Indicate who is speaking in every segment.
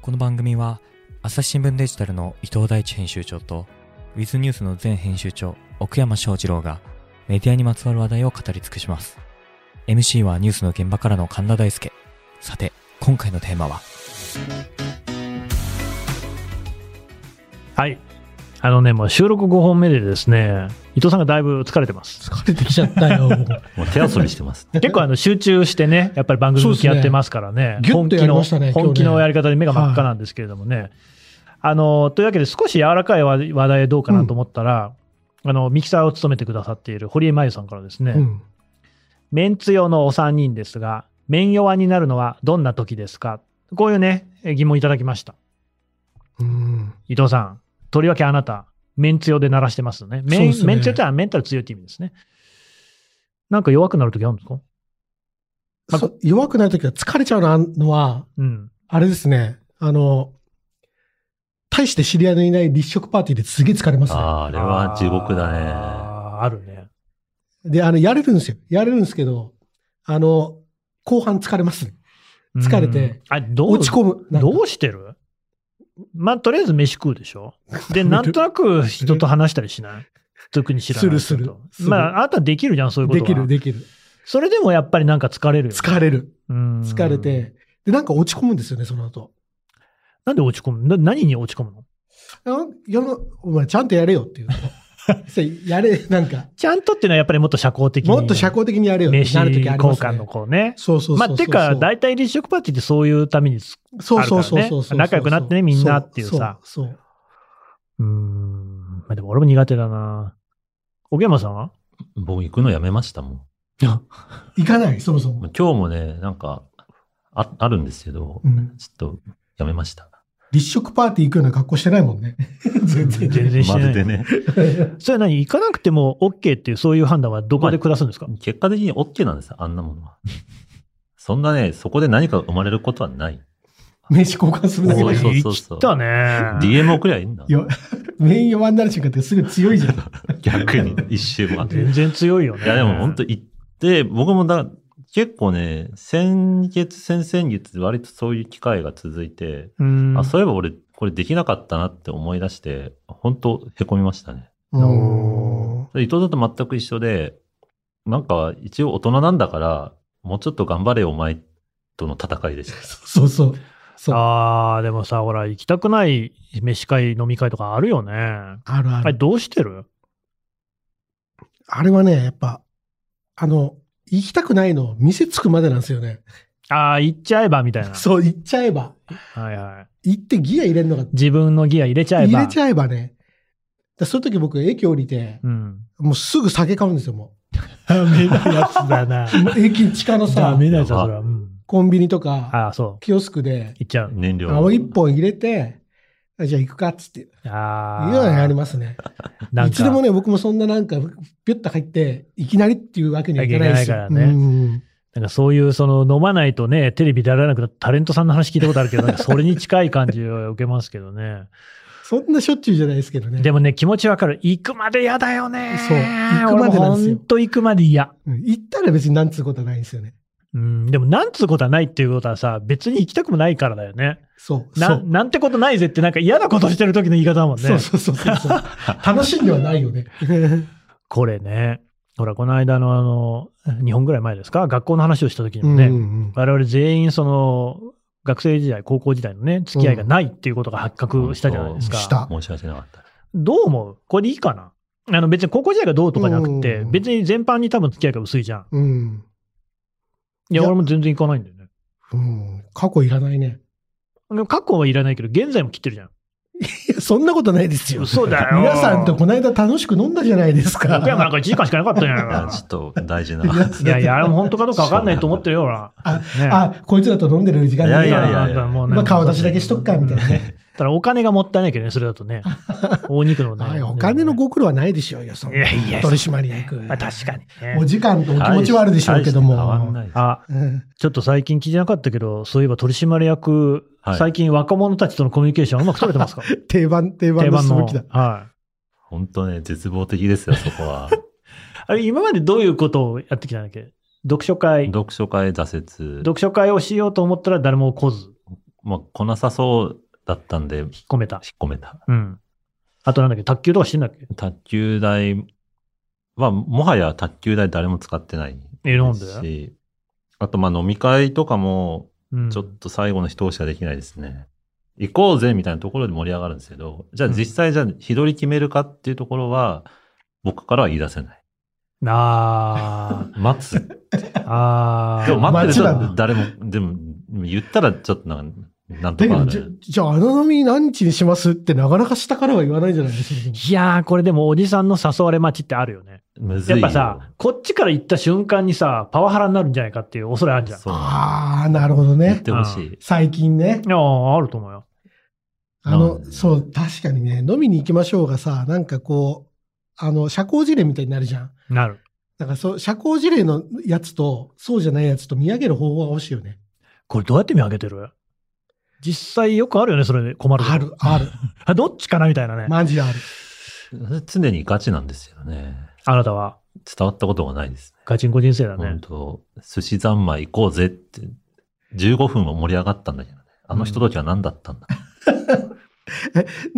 Speaker 1: この番組は朝日新聞デジタルの伊藤大地編集長とウィズニュースの前編集長奥山翔二郎がメディアにまつわる話題を語り尽くします MC はニュースの現場からの神田大輔さて今回のテーマは
Speaker 2: はい。あのね、もう収録5本目でですね、伊藤さんがだいぶ疲れて ます。
Speaker 3: 疲れてきちゃったよ。
Speaker 4: もう手遊びしてます。
Speaker 2: 結構あの集中してね、やっぱり番組向き合ってますからね、
Speaker 3: そう
Speaker 2: 本
Speaker 3: ですねギュッと
Speaker 2: 気
Speaker 3: やり
Speaker 2: の、
Speaker 3: ましたね
Speaker 2: 本気
Speaker 3: 今日
Speaker 2: の
Speaker 3: ね
Speaker 2: やり方で目が真っ赤なんですけれどもね。あの、というわけで少し柔らかい話話題どうかなと思ったら、あの、ミキサーを務めてくださっている堀江真由さんからですね、
Speaker 3: うん、
Speaker 2: メンツ用のお三人ですが、メン弱になるのはどんな時ですかこういうね、え疑問いただきました。
Speaker 3: うん、
Speaker 2: 伊藤さん、とりわけあなた、メンツ用で鳴らしてますよね。メ
Speaker 3: そう
Speaker 2: ン
Speaker 3: ですね
Speaker 2: メンツ用ってのはメンタル強いって意味ですね。なんか弱くなるときあるんですかまあ
Speaker 3: そう弱くなるときは疲れちゃうのあんのは、
Speaker 2: うん。
Speaker 3: あれですね、あの、大して知り合いのいない立食パーティーですげえ疲れますね。
Speaker 4: あーあれは地獄だね。
Speaker 2: あーあるね。
Speaker 3: で、あの、やれるんですよ。やれるんですけど、あの、後半疲れますね。疲れて
Speaker 2: うん。あどう
Speaker 3: 落ち込む。なんか
Speaker 2: どうしてるまあ、とりあえず飯食うでしょ。 で、なんとなく人と話したりしない。特に知らない人と。
Speaker 3: するするする
Speaker 2: まあ、あなたできるじゃん、そういうこと
Speaker 3: で
Speaker 2: は。
Speaker 3: きる、できる。
Speaker 2: それでもやっぱりなんか疲れるよね、
Speaker 3: 疲れる。
Speaker 2: うん
Speaker 3: 疲れ。て。で、なんか落ち込むんですよね、その後。
Speaker 2: なんで落ち込むな何に落ち込むの
Speaker 3: あ世の、お前ちゃんとやれよ っていう。そうやれ、なんか、
Speaker 2: ちゃんとっていうのはやっぱりもっと社交的に。
Speaker 3: もっと社交的にやれよって
Speaker 2: 名刺
Speaker 3: なると
Speaker 2: 交
Speaker 3: きあります
Speaker 2: 換の
Speaker 3: ね。
Speaker 2: こうね。
Speaker 3: そうそうそうそう。
Speaker 2: まあ、てか、大体立食パーティーってそういうためにつ
Speaker 3: そうそ
Speaker 2: あるか
Speaker 3: うそうそ
Speaker 2: ら
Speaker 3: う
Speaker 2: ね
Speaker 3: そう。
Speaker 2: 仲良くなってねみんなっていうさ
Speaker 3: そう。そ
Speaker 2: う
Speaker 3: う
Speaker 2: ーん。まあ、でも俺も苦手だな。小山さんは
Speaker 4: 僕行くのやめましたもん。
Speaker 3: そう行かない、そもそ
Speaker 4: も
Speaker 3: も
Speaker 4: う。今日もね、なんか、ああるんですけど、
Speaker 3: うん
Speaker 4: ちょっとやめました。
Speaker 3: 立食パーティー行くような格好してないもん ね。全
Speaker 2: 全
Speaker 3: 然。
Speaker 2: 然して
Speaker 4: ま
Speaker 2: な
Speaker 4: る
Speaker 2: い。
Speaker 4: でね。
Speaker 2: それは何行かなくても OK っていうそういう判断はどこで下すんですか、
Speaker 4: 結果的に OK なんですよ、あんなものは。そんなね、そこで何か生まれることはない。
Speaker 3: 名刺交換するだけ
Speaker 4: そ
Speaker 3: だ
Speaker 4: う
Speaker 3: よ
Speaker 4: そうそう
Speaker 2: 言ったね。
Speaker 4: DM 送りゃいいんだ。
Speaker 3: よ。メイン弱になる瞬間ってすぐ強いじゃん。
Speaker 4: 逆 に、一周は。
Speaker 2: 全然強いよね。
Speaker 4: いや、でも本当行って、僕もだ、結構ね、先月、先々月、割とそういう機会が続いて、
Speaker 2: うん。
Speaker 4: あ、そういえば俺、これできなかったなって思い出して、本当へこみましたね。
Speaker 3: うん
Speaker 4: 伊藤さんと全く一緒で、なんか一応大人なんだから、もうちょっと頑張れよお前との戦いでした。
Speaker 3: そうそう。そう。あ
Speaker 2: あーでもさ、ほら、行きたくない飯会、飲み会とかあるよね。あ
Speaker 3: るあ
Speaker 2: れ、
Speaker 3: る。
Speaker 2: どうしてる
Speaker 3: あれはね、やっぱ、あの、行きたくないの、店つくまでなんですよね。
Speaker 2: ああ、行っちゃえばみたいな。
Speaker 3: そう、行っちゃえば。
Speaker 2: はいはい。
Speaker 3: 行ってギア入れるのが、
Speaker 2: 自分のギア入れちゃえば。
Speaker 3: 入れちゃえばね。だそういう時僕、駅降りて、
Speaker 2: うん。
Speaker 3: もうすぐ酒買うんですよ、も
Speaker 2: ダメなやつだな。
Speaker 3: う。もう駅近の
Speaker 2: ダ
Speaker 3: さ、
Speaker 2: メなやつだ、それは。うん、
Speaker 3: コンビニとか、
Speaker 2: ああ、そ
Speaker 3: キオスクで
Speaker 2: う。、いっちゃう。
Speaker 4: 燃料。
Speaker 3: あ一本入れて、あじゃあ行くかっつって、いう
Speaker 2: あ
Speaker 3: の
Speaker 2: あ。
Speaker 3: やりますね。
Speaker 2: なん
Speaker 3: い
Speaker 2: か
Speaker 3: つでもね、僕もそんななんか、ぴゅっと入って、いきなりっていうわけにはいかないですよ
Speaker 2: いけないからね
Speaker 3: うん
Speaker 2: なんかそういう、その、飲まないとね、テレビ出られなくなったタレントさんの話聞いたことあるけど、なんかそれに近い感じを受けますけど ね。
Speaker 3: そんなしょっちゅうじゃないですけどね。
Speaker 2: でもね、気持ちわかる。行くまで嫌だよね。
Speaker 3: そう行くまでなんですよ
Speaker 2: 本当行くまで嫌。
Speaker 3: うん行ったら別になんつうことはないんですよね。
Speaker 2: うん、でも、なんつうことはないっていうことはさ、別に行きたくもないからだよね。
Speaker 3: そう。そ
Speaker 2: な
Speaker 3: う。
Speaker 2: なんてことないぜって、なんか嫌なことしてる時の言い方だもんね。
Speaker 3: そうそうそうそう そう。楽しんではないよね。
Speaker 2: これね、ほら、この間のあの、2本ぐらい前ですか、学校の話をした時にもね、
Speaker 3: うんうんうん
Speaker 2: 我々全員、その、学生時代、高校時代のね、付き合いがないっていうことが発覚したじゃないですか。
Speaker 3: した。
Speaker 4: 申し訳なかった。
Speaker 2: どう思うこれでいいかなあの別に高校時代がどうとかじゃなくて、
Speaker 3: うん
Speaker 2: 別に全般に多分付き合いが薄いじゃん。
Speaker 3: うん。
Speaker 2: いや、
Speaker 3: いや
Speaker 2: 俺も全然行かないんだよね。
Speaker 3: うん。過去いらないね。
Speaker 2: でも過去はいらないけど、現在も切ってるじゃん。
Speaker 3: いや そんなことないですよ。
Speaker 2: 嘘だよ。
Speaker 3: 皆さんとこの間楽しく飲んだじゃないですか。
Speaker 2: 岡山なんか1時間しかなかったじゃない
Speaker 4: いや、ち
Speaker 2: か。
Speaker 4: ょっと大事な。
Speaker 3: いや
Speaker 2: いやいや、あれも本当かどうか分かんないと思ってるよ、ほら。
Speaker 3: あ
Speaker 2: ね
Speaker 3: あ、こいつらと飲んでる時間ない
Speaker 4: いやいやい
Speaker 2: なん
Speaker 4: や
Speaker 2: かもうね
Speaker 3: まあ顔出しだけしとくか、みたいなね。
Speaker 2: ただお金がもったいないけどね、それだと ね。大肉のね
Speaker 3: はいお金のご苦労はないでしょうよ、その
Speaker 2: いやいや
Speaker 3: 取締役。
Speaker 2: まあ確かにね、
Speaker 3: お時間とお気持ちはあるでしょうけど
Speaker 4: 大して変わん
Speaker 3: も。
Speaker 4: ないです
Speaker 2: あ、
Speaker 3: うん
Speaker 2: ちょっと最近聞いてなかったけど、そういえば取締役、
Speaker 4: はい
Speaker 2: 最近若者たちとのコミュニケーションうまく取れて ますか
Speaker 3: 定番、定
Speaker 2: 定
Speaker 3: 番の
Speaker 2: 番
Speaker 3: す
Speaker 2: の
Speaker 3: べきだ。。
Speaker 2: はい。
Speaker 4: 本当ね、絶望的ですよ、そこは。
Speaker 2: あれ、今までどういうことをやってきたんだっけ読書会。
Speaker 4: 読書会挫折。
Speaker 2: 読書会をしようと思ったら誰も来ず。
Speaker 4: まあ、来なさそうだったんで、引っ
Speaker 2: 引っ込めた。
Speaker 4: 込めた。
Speaker 2: うん。あとなんだっけ、卓球とかしてんだっけ
Speaker 4: 卓球台は、もはや卓球台誰も使ってない
Speaker 2: え、なん
Speaker 4: です
Speaker 2: で
Speaker 4: し、あと、まあ、飲み会とかも、
Speaker 2: うん。
Speaker 4: ちょっと最後の一押しはできないですね。行こうぜみたいなところで盛り上がるんですけど、じゃあ実際じゃあ日取り決めるかっていうところは、僕からは言い出せない。
Speaker 2: あ
Speaker 4: 待つ。
Speaker 2: ー。あー。
Speaker 4: でも待って
Speaker 3: 待つ
Speaker 4: る人
Speaker 3: な
Speaker 4: は誰も、でも、言ったらちょっとなんか、なん
Speaker 3: だ
Speaker 4: と
Speaker 3: け
Speaker 4: かあ
Speaker 3: ど、じゃ
Speaker 4: る。
Speaker 3: じゃあ、穴飲み何日にしますってなかなか下からは言わないじゃないですか。
Speaker 2: いやー、これでもおじさんの誘われ待ちってあるよね。
Speaker 4: むず
Speaker 2: や
Speaker 4: い
Speaker 2: っ
Speaker 4: よ。
Speaker 2: ぱさ、こっちから行った瞬間にさ、パワハラになるんじゃないかっていう恐れあるじゃん。
Speaker 4: そう。
Speaker 3: ああ、なるほど
Speaker 4: 言っ
Speaker 3: ね。
Speaker 4: てほしい。
Speaker 3: 最近ね。
Speaker 2: いやー、あると思うよ。
Speaker 3: あ
Speaker 4: な
Speaker 3: の
Speaker 4: ん、で
Speaker 3: そう、確かにね、飲みに行きましょうがさ、なんかこう、あの、社交辞令みたいになるじゃん。
Speaker 2: なる。
Speaker 3: だからそう、社交辞令のやつと、そうじゃないやつと見上げる方法が欲しいよね。
Speaker 2: これどうやって見上げてる実際よくあるよね、それで困る。
Speaker 3: ある、。あ る。
Speaker 2: あ、どっちかなみたいなね。
Speaker 3: マジである。
Speaker 4: 常にガチなんですよね。
Speaker 2: あなたは、
Speaker 4: 伝わったことがないです
Speaker 2: ガチンコ人生だ
Speaker 4: ね。本
Speaker 2: ね。
Speaker 4: 当寿司三昧行こうぜって、15分は盛り上がったんだけどね。あの人たちは何だったんだ。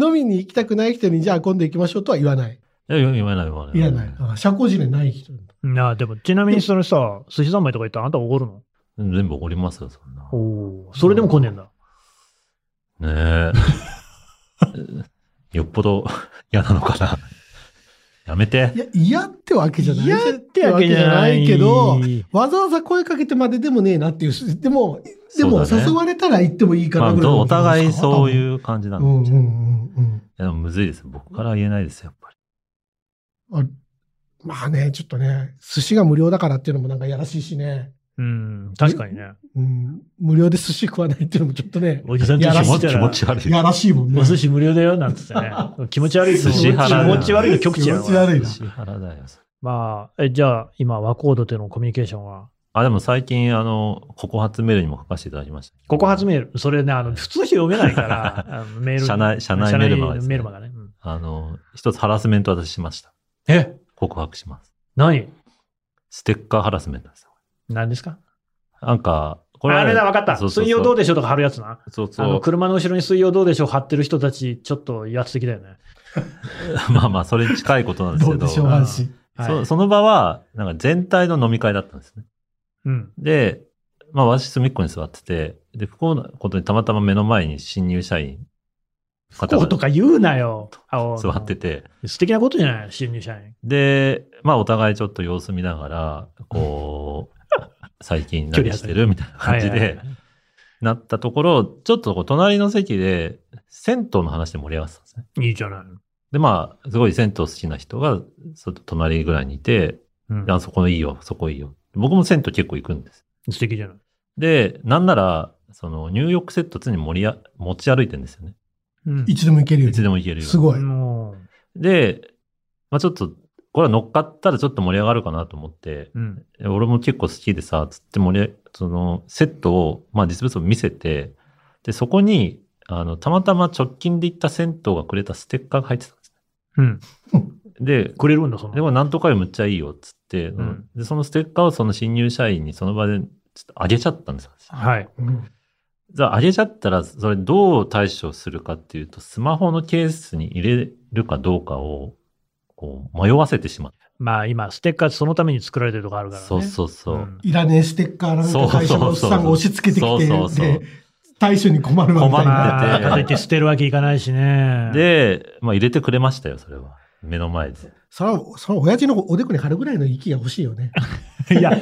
Speaker 3: 飲みに行きたくない人に、じゃあ今度行きましょうとは言わない。
Speaker 4: いや、言わない言わない。
Speaker 3: 言わない。あ社交辞令ない人。
Speaker 2: なあ、でも、ちなみにそれさ、寿司三昧とか言ったらあんたおごるの
Speaker 4: 全部おりますよ、そんな。
Speaker 2: おそれでも来ねえんだ。
Speaker 4: ねえ。よっ ぽど嫌なのかな。やめて
Speaker 3: い。や、嫌ってわけじゃない。
Speaker 2: 嫌ってわけじゃない
Speaker 3: けど、わざわざ声かけてまででもねえなっていう、でも、でも
Speaker 4: そうだね
Speaker 3: 誘われたら行ってもいいか
Speaker 4: ま
Speaker 3: な
Speaker 4: あ、
Speaker 3: ぐらい
Speaker 4: どう
Speaker 3: の
Speaker 4: お互いそう
Speaker 3: う。
Speaker 4: いう感じな
Speaker 3: うんん
Speaker 4: で
Speaker 3: う
Speaker 4: す
Speaker 3: ん
Speaker 4: よ。
Speaker 3: う
Speaker 4: い
Speaker 3: んうん。
Speaker 4: やでもむずいですよ。僕からは言えないですよ、やっぱ
Speaker 3: あ
Speaker 4: り。
Speaker 3: まあね、ちょっとね、寿司が無料だからっていうのもなんかやらしいしね。
Speaker 2: うん、確かにね。
Speaker 3: うん、無料で寿司食わないっていうのもちょっとね、
Speaker 2: おじさんと
Speaker 3: やら
Speaker 2: 一
Speaker 3: し
Speaker 2: 緒
Speaker 3: い
Speaker 2: にした
Speaker 4: 気
Speaker 2: ら
Speaker 4: 持、ち悪い。
Speaker 3: やらしいもんね。
Speaker 2: お寿司無料だよ、なんつってね。気持ち悪い
Speaker 4: 寿司払うな
Speaker 2: 気持ち悪いの極致や
Speaker 3: 気持ち悪いな
Speaker 4: 支払だよ。
Speaker 2: まあ、え、じゃあ、今、和コードでのコミュニケーションは、
Speaker 4: あ、でも最近、あの、告発メールにも書かせていただきました。
Speaker 2: ここ初メール、それね、あの、普通に読めない から、あのメール。
Speaker 4: 社内社内メルマガですね
Speaker 2: メルマガね。うん
Speaker 4: あの、一つハラスメント私しました。
Speaker 2: え
Speaker 4: 告白します。
Speaker 2: 何
Speaker 4: ステッカーハラスメントですよ。
Speaker 2: 何ですか
Speaker 4: なんか、こ
Speaker 2: あれだ、わかった。
Speaker 4: そうそうそう
Speaker 2: 水曜どうでしょうとか貼るやつな。
Speaker 4: そ
Speaker 2: あ
Speaker 4: うそ
Speaker 2: の、
Speaker 4: う。
Speaker 2: 車の後ろに水曜どうでしょう貼ってる人たち、ちょっと威圧的だよね。
Speaker 4: まあまあ、それに近いことなんです
Speaker 3: ど
Speaker 4: け
Speaker 3: う
Speaker 4: ど。
Speaker 3: でしょう、安心。
Speaker 2: はい
Speaker 4: そその場は、なんか全体の飲み会だったんですね。
Speaker 2: うん。
Speaker 4: で、まあ私隅っこに座ってて、で、不幸なことにたまたま目の前に新入社員、
Speaker 2: こうとか言うなよ。あ
Speaker 4: 座ってて、
Speaker 2: 素敵なことじゃない新入社員。
Speaker 4: で、まあお互いちょっと様子見ながら、こ う、最近何してるみたいな感じ
Speaker 2: はいはい
Speaker 4: で
Speaker 2: はい、
Speaker 4: なったところ、ちょっとこう隣の席で、銭湯の話で盛り上がってたんですね。
Speaker 2: いいじゃない。
Speaker 4: で、まあ、すごい銭湯好きな人が、そ隣ぐらいにいて、
Speaker 2: うん
Speaker 4: あ、そこいいよ、そこいいよ。僕も銭湯結構行くんです。
Speaker 2: 素敵じゃない。
Speaker 4: で、なんなら、その、入浴セット常に盛りあ持ち歩いてるんですよね。
Speaker 2: うん
Speaker 3: いつでも行けるよ
Speaker 4: いつ
Speaker 3: ね。
Speaker 4: でも行けるように。
Speaker 3: すごい。
Speaker 2: も
Speaker 4: で、まあちょっと、これは乗っかったらちょっと盛り上がるかなと思って、
Speaker 2: う、うん。
Speaker 4: え俺も結構好きでさ、つって盛り上、その、セットを、まあ実物を見せて、で、そこに、あの、たまたま直近で行った銭湯がくれたステッカーが入ってたんです
Speaker 2: うん。
Speaker 4: ね。で、
Speaker 2: くれるんだ、その。
Speaker 4: でもなんとかよりむっちゃいいよ、つって、
Speaker 2: ん
Speaker 4: で、そのステッカーをその新入社員にその場で、ちょっとあげちゃったんですよ。
Speaker 2: はい。
Speaker 3: うん
Speaker 4: じゃあ、あげちゃったら、それどう対処するかっていうと、スマホのケースに入れるかどうかを、こう、迷わせてしまう。
Speaker 2: まあ今、ステッカーってそのために作られてるとかあるからね。
Speaker 4: そうそうそう。
Speaker 2: ん
Speaker 3: いらねえステッカーなん
Speaker 4: そう
Speaker 3: か
Speaker 4: そう
Speaker 3: 会社のおっさんが押し付けてきて、
Speaker 4: そうそうそう
Speaker 3: で、対処に困るわみたい
Speaker 4: 困
Speaker 3: な。
Speaker 2: まあ、かといって捨てるわけいかないしね。、
Speaker 4: で、まあ、入れてくれましたよ、それは。目の前で。
Speaker 3: それは、それは親父のおでこに貼るぐらいの息が欲しいよね。
Speaker 2: いや、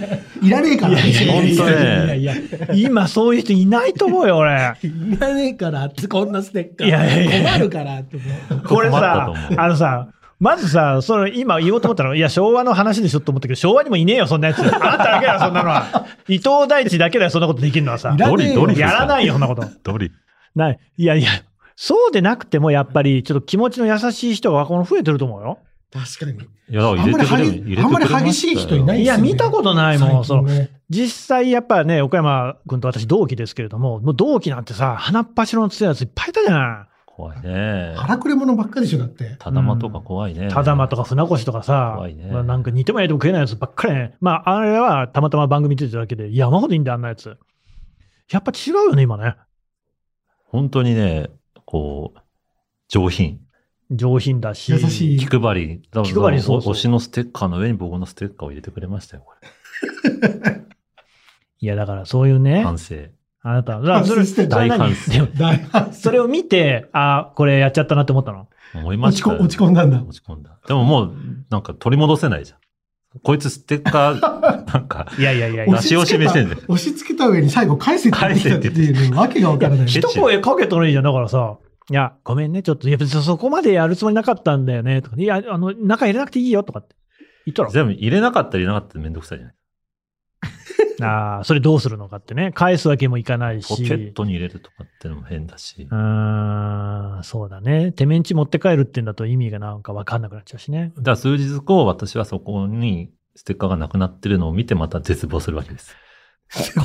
Speaker 3: いらねえから。
Speaker 2: いやいや
Speaker 4: いやいや
Speaker 2: いやいや、今そういう人いないと思うよ、俺。
Speaker 3: いらねえからって、こんなステッカー。
Speaker 2: いやいやいや
Speaker 3: 困るからって思う。
Speaker 2: これ
Speaker 4: 困った
Speaker 2: さ
Speaker 4: と思う、
Speaker 2: あのさ、まずさ、その今言おうと思ったの、いや、昭和の話でしょと思ったけど、昭和にもいねえよ、そんなやつ。あなただけだよ、そんなのは。伊藤大地だけだよ、そんなことできるのはさ
Speaker 3: い。らねえよ
Speaker 4: どれどれ
Speaker 2: やらないよ、そんなこと。
Speaker 4: どれ
Speaker 2: ない。いやいや、そうでなくても、やっぱり、ちょっと気持ちの優しい人がこの増えてると思うよ。
Speaker 3: 確かに。
Speaker 4: いや、だから入れてくれ入れてくれ
Speaker 3: あんまり激あ
Speaker 4: ましたよ
Speaker 3: んまり激しい人いない
Speaker 2: いや、見たことないもん、その
Speaker 3: 最近ね
Speaker 2: 実際やっぱね、岡山君と私同期ですけれども、もう同期なんてさ、鼻っ柱の強いやついっぱいいたじゃな
Speaker 4: 怖いね。
Speaker 3: 荒くれ者ばっかりでしょ、だって。
Speaker 4: ただまとか怖いね。
Speaker 2: い。ただまとか船越とかさ、
Speaker 4: 怖いね
Speaker 2: まあなんか似ても焼いても食えないやつばっかりね。まあ、あれはたまたま番組出てただけで、山ほどいいんだよ、あんなやつ。やっぱ違うよね、今ね。
Speaker 4: 本当にね、こう、上品。
Speaker 2: 上品だし。
Speaker 3: 優しい
Speaker 4: 気配り、多分
Speaker 2: 気配りそうそう
Speaker 4: 推しのステッカーの上に僕のステッカーを入れてくれましたよ、これ。
Speaker 2: いや、だからそういうね、
Speaker 4: 反省。
Speaker 2: あなた、だからそれ、
Speaker 3: 反省してる
Speaker 2: それ
Speaker 4: 大
Speaker 2: 何
Speaker 4: 反省。
Speaker 3: 大反省
Speaker 2: それを見て、あこれやっちゃったなって思ったの。
Speaker 4: 思いま
Speaker 3: 落
Speaker 4: し
Speaker 3: ち
Speaker 4: た
Speaker 3: こ
Speaker 4: よ
Speaker 3: 落ち込んだんだ。
Speaker 4: 落ち込んだ。でももう、なんか取り戻せないじゃん。こいつステッ カー、なんか、
Speaker 2: いやいやいやいや
Speaker 4: 出。し惜しみしてんだよ。
Speaker 3: 押し付けた上に最後返せって言ってきたっていうのわけがわからない。
Speaker 4: ケ
Speaker 2: 一
Speaker 4: チ
Speaker 2: 声かけたのいいじゃん。だからさ、いや、ごめんね、ちょっと、いや、別にそこまでやるつもりなかったんだよね、とか、いや、あの、中入れなくていいよ、とかって言った
Speaker 4: 全部入れなかったら入れなかったらめんどくさいじゃない。
Speaker 2: ら、あーそれどうするのかってね、返すわけもいかないし。
Speaker 4: ポケットに入れるとかってのも変だし
Speaker 2: う。ーん、そうだね。手面地持って帰るってんだと意味がなんかわかんなくなっちゃうしね。
Speaker 4: だから数日後、私はそこにステッカーがなくなってるのを見てまた絶望するわけです。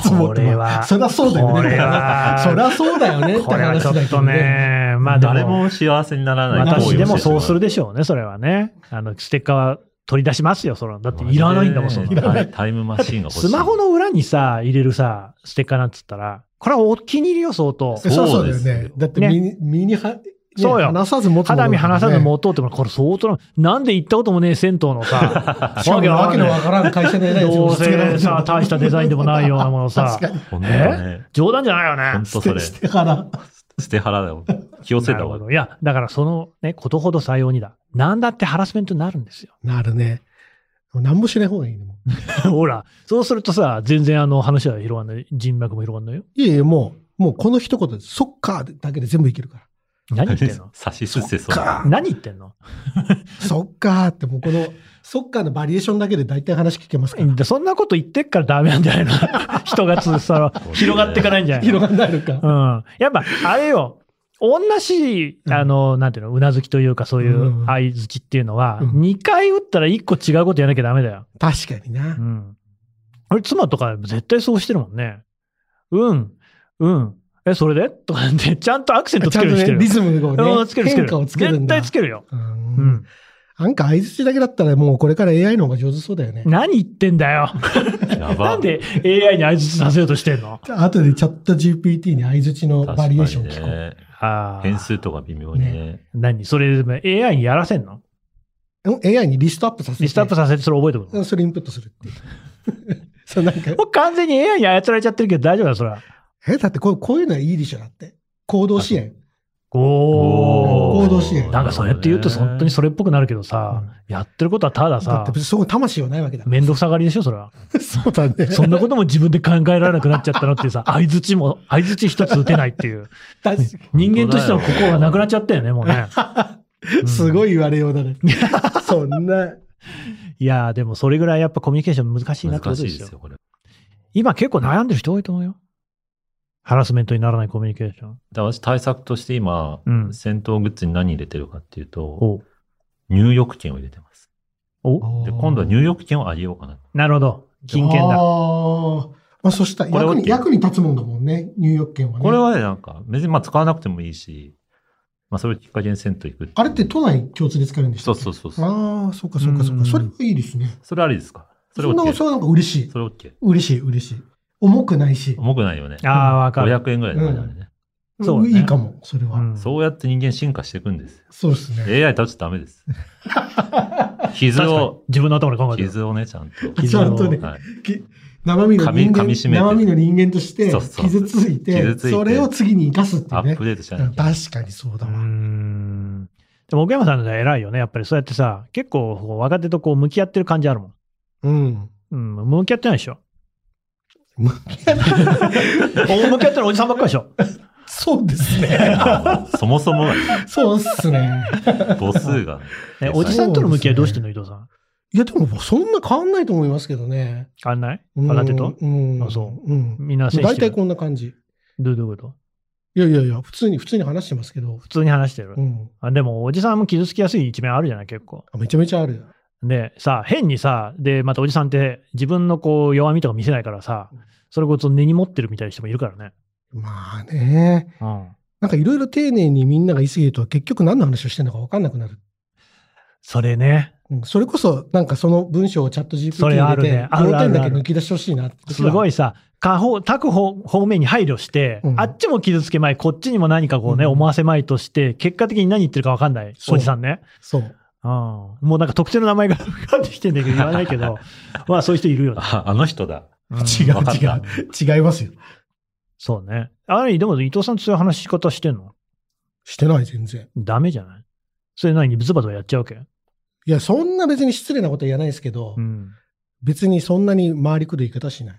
Speaker 2: これは
Speaker 3: そりゃそうだよね。
Speaker 2: これは
Speaker 3: そりゃそうだよね。
Speaker 2: これはちょっと
Speaker 3: って話だけど。
Speaker 2: ね、まあで
Speaker 4: 誰
Speaker 2: も、
Speaker 4: も幸せにならない行為をし
Speaker 2: 私
Speaker 4: て
Speaker 2: でも
Speaker 4: しま
Speaker 2: そうするでしょうね、それはね。あの、ステッカーは取り出しますよ、その。だっていらないんだもん、そん
Speaker 4: いら
Speaker 2: な
Speaker 4: な
Speaker 2: の。
Speaker 4: いタイムマシーンが欲しい。
Speaker 2: スマホの裏にさ、入れるさ、ステッカーなんつったら、これはお気に入りよ、相当。
Speaker 3: そうそうだよ
Speaker 4: そうです
Speaker 3: ね
Speaker 4: よ。
Speaker 3: だって身に身には、ね
Speaker 2: そうよ
Speaker 3: 話さず持つものだ
Speaker 2: 肌身
Speaker 3: からね
Speaker 2: 離さず持とうってもこれ相当な、なんで行ったこともねえ銭湯のさ、
Speaker 3: しかもわけのわからん会社でね、
Speaker 2: どうせさ、大したデザインでもないようなものさ
Speaker 3: 確、かに。
Speaker 4: 本当ね。
Speaker 2: 冗談じゃないよね。
Speaker 4: 本当それ。
Speaker 3: 捨てから。
Speaker 4: 捨て腹だよ。気をつけ
Speaker 2: な
Speaker 4: た
Speaker 2: る
Speaker 4: 方
Speaker 2: ほ
Speaker 4: がいい。
Speaker 2: どいや、だからそのね、ことほど採用にだ。なんだってハラスメントになるんですよ。
Speaker 3: なるね。もう何もしない方がいいね。もう
Speaker 2: ほら、そうするとさ、全然あの話は広がんない。人脈も広がんないよ。
Speaker 3: いやいや、もう、もうこの一言で、そっかーだけで全部いけるから。
Speaker 2: 何言ってんの
Speaker 4: 差し出世
Speaker 3: そ
Speaker 4: そ
Speaker 3: っ
Speaker 4: う。
Speaker 3: かー
Speaker 2: 何言ってんの
Speaker 3: そっかーって、もうこの、そっかーのバリエーションだけで大体話聞けますから。
Speaker 2: でそんなこと言ってっからダメなんじゃないの 人がつさ、広がっていかないんじゃないの
Speaker 3: 広がんないのか。
Speaker 2: うん。やっぱ、あれよ。同じ、あの、なんていうの、うなずきというか、そうい
Speaker 3: うん
Speaker 2: う相づちっていうのは、
Speaker 3: うん
Speaker 2: 2回打ったら1個違うことやらなきゃダメだよ。
Speaker 3: 確かにな
Speaker 2: う。ん。俺、妻とか絶対そうしてるもんね。うん、うん、え、それでとかって、ちゃんとアクセント
Speaker 3: ち
Speaker 2: つ
Speaker 3: ゃ
Speaker 2: け
Speaker 3: ん
Speaker 2: る
Speaker 3: と
Speaker 2: ようにして
Speaker 3: ね、
Speaker 2: る。
Speaker 3: リズムを
Speaker 2: う
Speaker 3: ね
Speaker 2: ん、つけるつけ
Speaker 3: 変
Speaker 2: る。
Speaker 3: 化をつけるん
Speaker 2: 絶
Speaker 3: だ
Speaker 2: 対つ。けるよ。
Speaker 3: う
Speaker 2: うんん。
Speaker 3: なんか相槌だけだったらもうこれから AI の方が上手そうだよね。
Speaker 2: 何言ってんだよ。
Speaker 4: やば。
Speaker 2: なんで AI に相づちさせようとしてんの
Speaker 3: あとでチャット GPT に相槌の
Speaker 4: 確
Speaker 3: バ
Speaker 4: か
Speaker 3: リ
Speaker 4: に
Speaker 3: エーション聞こう。
Speaker 4: ね。
Speaker 2: あ
Speaker 4: 変数とか微妙にね。
Speaker 2: 何それ、AI にやらせんの
Speaker 3: うん AI にリストアップさせて。
Speaker 2: リストアップさせてそれ覚えてく
Speaker 3: う
Speaker 2: る
Speaker 3: んそれインプットするっていう。そう なんか
Speaker 2: も、う完全に AI に操られちゃってるけど大丈夫だよ、それは。
Speaker 3: え、だってこうこういうのはいいでしょ、だって。行動支援。
Speaker 2: おー。
Speaker 3: ー行動支援
Speaker 2: なんかそうやって言うと本当にそれっぽくなるけど
Speaker 3: う
Speaker 2: さ
Speaker 3: ん、
Speaker 2: やってることはただ
Speaker 3: だっ
Speaker 2: さ
Speaker 3: て、別にそこに魂はないわけだ。
Speaker 2: めんどくさがりでしょ、それは。
Speaker 3: そうだね。
Speaker 2: そんなことも自分で考えられなくなっちゃったのっていうさ、相づちも、相づち一つ打てないっていう。
Speaker 3: 確か
Speaker 2: 人間としての心がなくなっちゃったよね、もうね。
Speaker 3: にすごい言われよう だね。そんな。
Speaker 2: いやー、でもそれぐらいやっぱコミュニケーション難しいなってこと
Speaker 4: 難し
Speaker 2: で
Speaker 4: い
Speaker 2: す
Speaker 4: で
Speaker 2: よ
Speaker 4: す。よ、これ。
Speaker 2: 今結構悩んでる人多いと思うよ。ハラスメントにならないコミュニケーション。
Speaker 4: だから私対策として今、
Speaker 2: うん
Speaker 4: 戦闘グッズに何入れてるかっていうと、
Speaker 2: おう
Speaker 4: 入浴券を入れてます。
Speaker 2: お
Speaker 4: で、今度は入浴券をあげようかな。
Speaker 2: なるほど。金券
Speaker 3: あ
Speaker 2: だ。
Speaker 3: ーまあ、そしたら
Speaker 4: これ
Speaker 3: 役
Speaker 4: OK
Speaker 3: に、役に立つもんだもんね、入浴券はね。
Speaker 4: これはね、なんか、別にまあ使わなくてもいいし、まあそれをきっかけに銭湯行くっていう
Speaker 3: あれって都内共通で使えるんでし
Speaker 4: そ
Speaker 3: たっけ
Speaker 4: うそううそうそう。
Speaker 3: ああ、そうかそうかそう
Speaker 2: う
Speaker 3: か。
Speaker 2: ん
Speaker 3: それはいいですね。
Speaker 4: それありですかそ
Speaker 3: そ
Speaker 4: れ
Speaker 3: んな、
Speaker 4: OK。
Speaker 3: それなんか嬉しい
Speaker 4: そ。れ OK。
Speaker 3: 嬉しい、嬉しい。重くないし。
Speaker 4: 重くないよね。
Speaker 2: ああ、わかる。
Speaker 4: 500円ぐらいの感じなんでね。
Speaker 2: そうね
Speaker 3: いいかも、それは。
Speaker 2: うん
Speaker 4: そうやって人間進化していくんです。
Speaker 3: そうですね。
Speaker 4: AI 立つとダ メです。傷
Speaker 2: 確かに
Speaker 4: を、
Speaker 2: 自分の頭で考えてる。
Speaker 4: 傷をね、ちゃんと。
Speaker 2: 傷
Speaker 3: ち
Speaker 2: を
Speaker 3: ゃんとね、
Speaker 4: はい、
Speaker 3: き生身の
Speaker 4: 噛み
Speaker 3: 人
Speaker 4: 噛
Speaker 3: 間、
Speaker 4: み締めて
Speaker 3: 生身の人間として
Speaker 4: そうそう
Speaker 3: 傷ついて、
Speaker 4: 傷ついて
Speaker 3: それを次に生かすってい
Speaker 4: ア
Speaker 3: うね
Speaker 4: ッ。プデートし
Speaker 3: う
Speaker 4: なんいといけない。
Speaker 3: 確かにそう
Speaker 2: う
Speaker 3: だ
Speaker 2: ー
Speaker 3: わ。
Speaker 2: ん。でも奥山さんのは偉いよね。やっぱりそうやってさ、結構こう若手とこう向き合ってる感じあるもん。
Speaker 3: うん。
Speaker 2: うん、向き合ってないでしょ。お
Speaker 3: 向
Speaker 2: 向き合ってるおじさんばっかりでし ょ。
Speaker 3: そうですね。
Speaker 4: あのそもそもがね、
Speaker 3: そうっすね。
Speaker 4: 母数がね、
Speaker 2: ね
Speaker 4: そう
Speaker 2: おじさんとの向き合いどうしてんの、伊藤さん。
Speaker 3: いや、でも、そんな変わんないと思いますけどね。
Speaker 2: あんない
Speaker 3: うん
Speaker 2: 若手と
Speaker 3: うん。。
Speaker 2: あそう
Speaker 3: うん。
Speaker 2: みんな選手
Speaker 3: 大体こんな感じ。
Speaker 2: どうどういうこと
Speaker 3: いやいやいや、普通に、普通に話してますけど
Speaker 2: 普。通に話してる
Speaker 3: う。ん。
Speaker 2: あでも、おじさんも傷つきやすい一面あるじゃない、結構。
Speaker 3: あめちゃめちゃある。
Speaker 2: で、さ、変にさ、で、またおじさんって自分のこう弱みとか見せないからさ、それこそ根に持ってるみたいな人もいるからね。
Speaker 3: まあね。
Speaker 2: うん。
Speaker 3: なんかいろいろ丁寧にみんなが言い過ぎると結局何の話をしてるのか分かんなくなる。
Speaker 2: それね、
Speaker 3: うんそれこそなんかその文章をチャット GPT に
Speaker 2: それあ
Speaker 3: 入
Speaker 2: る
Speaker 3: れて、
Speaker 2: ねあるあるある
Speaker 3: 要点だけ抜き出してほしいなって時
Speaker 2: す
Speaker 3: は
Speaker 2: ごいさ、他方、各方方面に配慮して、
Speaker 3: うん
Speaker 2: あっちも傷つけまい、こっちにも何かこうね、
Speaker 3: うん
Speaker 2: 思わせまいとして、結果的に何言ってるか分かんない、
Speaker 3: そう
Speaker 2: おじさんね。
Speaker 3: そう。
Speaker 2: うんもうなんか特定の名前が 分かってきてんだけど、言わないけ ど、まあそういう人いるよね。
Speaker 4: あ、あの人だ。
Speaker 2: ん
Speaker 3: 違う
Speaker 4: わかった
Speaker 3: 違う。違いますよ。
Speaker 2: そうね。あれ、でも伊藤さんとそういう話し方してんの
Speaker 3: してない、全然。
Speaker 2: ダメじゃないそれ何ズバズバやっちゃうわけ
Speaker 3: いや、そんな別に失礼なことは言わないですけど、
Speaker 2: うん。
Speaker 3: 別にそんなに回りくどい言い方しない。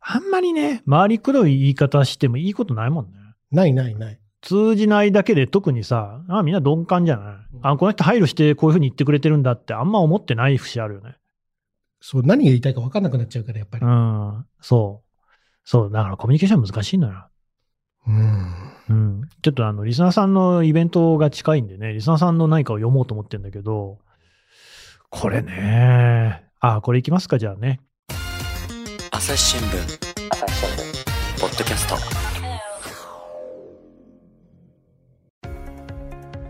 Speaker 2: あんまりね、回りくどい言い方してもいいことないもんね。
Speaker 3: ないないない。
Speaker 2: 通じないだけで特にさ、あみんな鈍感じゃない、
Speaker 3: うん
Speaker 2: あこの人配慮してこういうふうに言ってくれてるんだってあんま思ってない節あるよね。
Speaker 3: そう、何が言いたいか分かんなくなっちゃうから、やっぱり
Speaker 2: う。ん。そう。そう。だからコミュニケーション難しいのよ。
Speaker 3: うん。
Speaker 2: うん。ちょっとあの、リスナーさんのイベントが近いんでね、リスナーさんの何かを読もうと思ってんだけど、これね。あ、これいきますか、じゃあね。
Speaker 1: 朝日新聞ポッドキャスト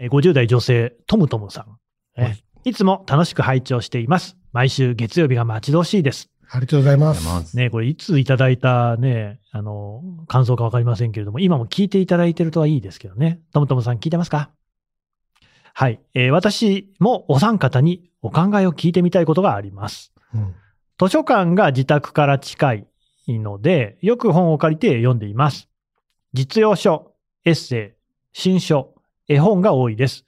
Speaker 2: えー50代女性、トムトムさん。えーいつも楽しく拝聴しています。毎週月曜日が待ち遠しいです。
Speaker 3: ありがとうございま
Speaker 4: あ
Speaker 3: す。
Speaker 4: まず
Speaker 2: ね、これいついただいたね、あの、感想かわかりませんけれども、今も聞いていただいてるとはいいですけどね。ともともさん聞いてますかはい、えー私もお三方にお考えを聞いてみたいことがあります。
Speaker 3: うん
Speaker 2: 図書館が自宅から近いので、よく本を借りて読んでいます。実用書、エッセイ、新書、絵本が多いです。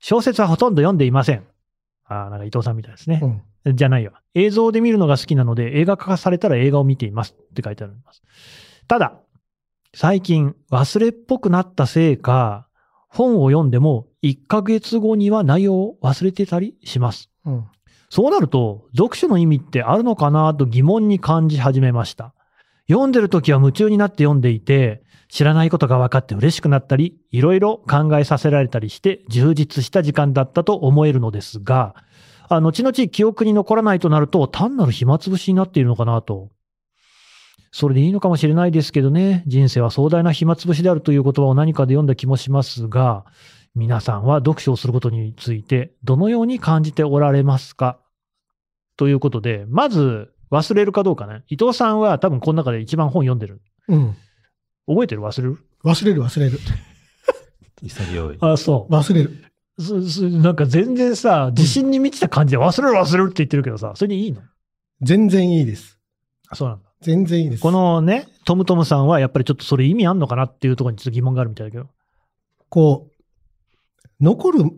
Speaker 2: 小説はほとんど読んでいません。あーなんか伊藤さんみたいですね。
Speaker 3: うん
Speaker 2: じゃないよ。映像で見るのが好きなので、映画化されたら映画を見ていますって書いてあります。ただ、最近忘れっぽくなったせいか、本を読んでも1ヶ月後には内容を忘れてたりします。
Speaker 3: うん
Speaker 2: そうなると、読書の意味ってあるのかなと疑問に感じ始めました。読んでる時は夢中になって読んでいて、知らないことが分かって嬉しくなったり、いろいろ考えさせられたりして、充実した時間だったと思えるのですが、あ後々記憶に残らないとなると、単なる暇つぶしになっているのかなと。それでいいのかもしれないですけどね、人生は壮大な暇つぶしであるという言葉を何かで読んだ気もしますが、皆さんは読書をすることについて、どのように感じておられますかということで、まず忘れるかどうかね。伊藤さんは多分この中で一番本読んでる。
Speaker 3: うん。
Speaker 2: 覚えてる忘れる
Speaker 3: 忘れる忘れる。
Speaker 4: 潔い。
Speaker 2: あ、そ
Speaker 3: 忘れる。
Speaker 2: うすすなんか全然さ、自信に満ちた感じで忘れる忘れるって言ってるけどさ、それでいいの
Speaker 3: 全然いいです。
Speaker 2: そうなんだ。
Speaker 3: 全然いいです。
Speaker 2: このね、トムトムさんはやっぱりちょっとそれ意味あんのかなっていうところにちょっと疑問があるみたいだけど。
Speaker 3: こう、残る、ん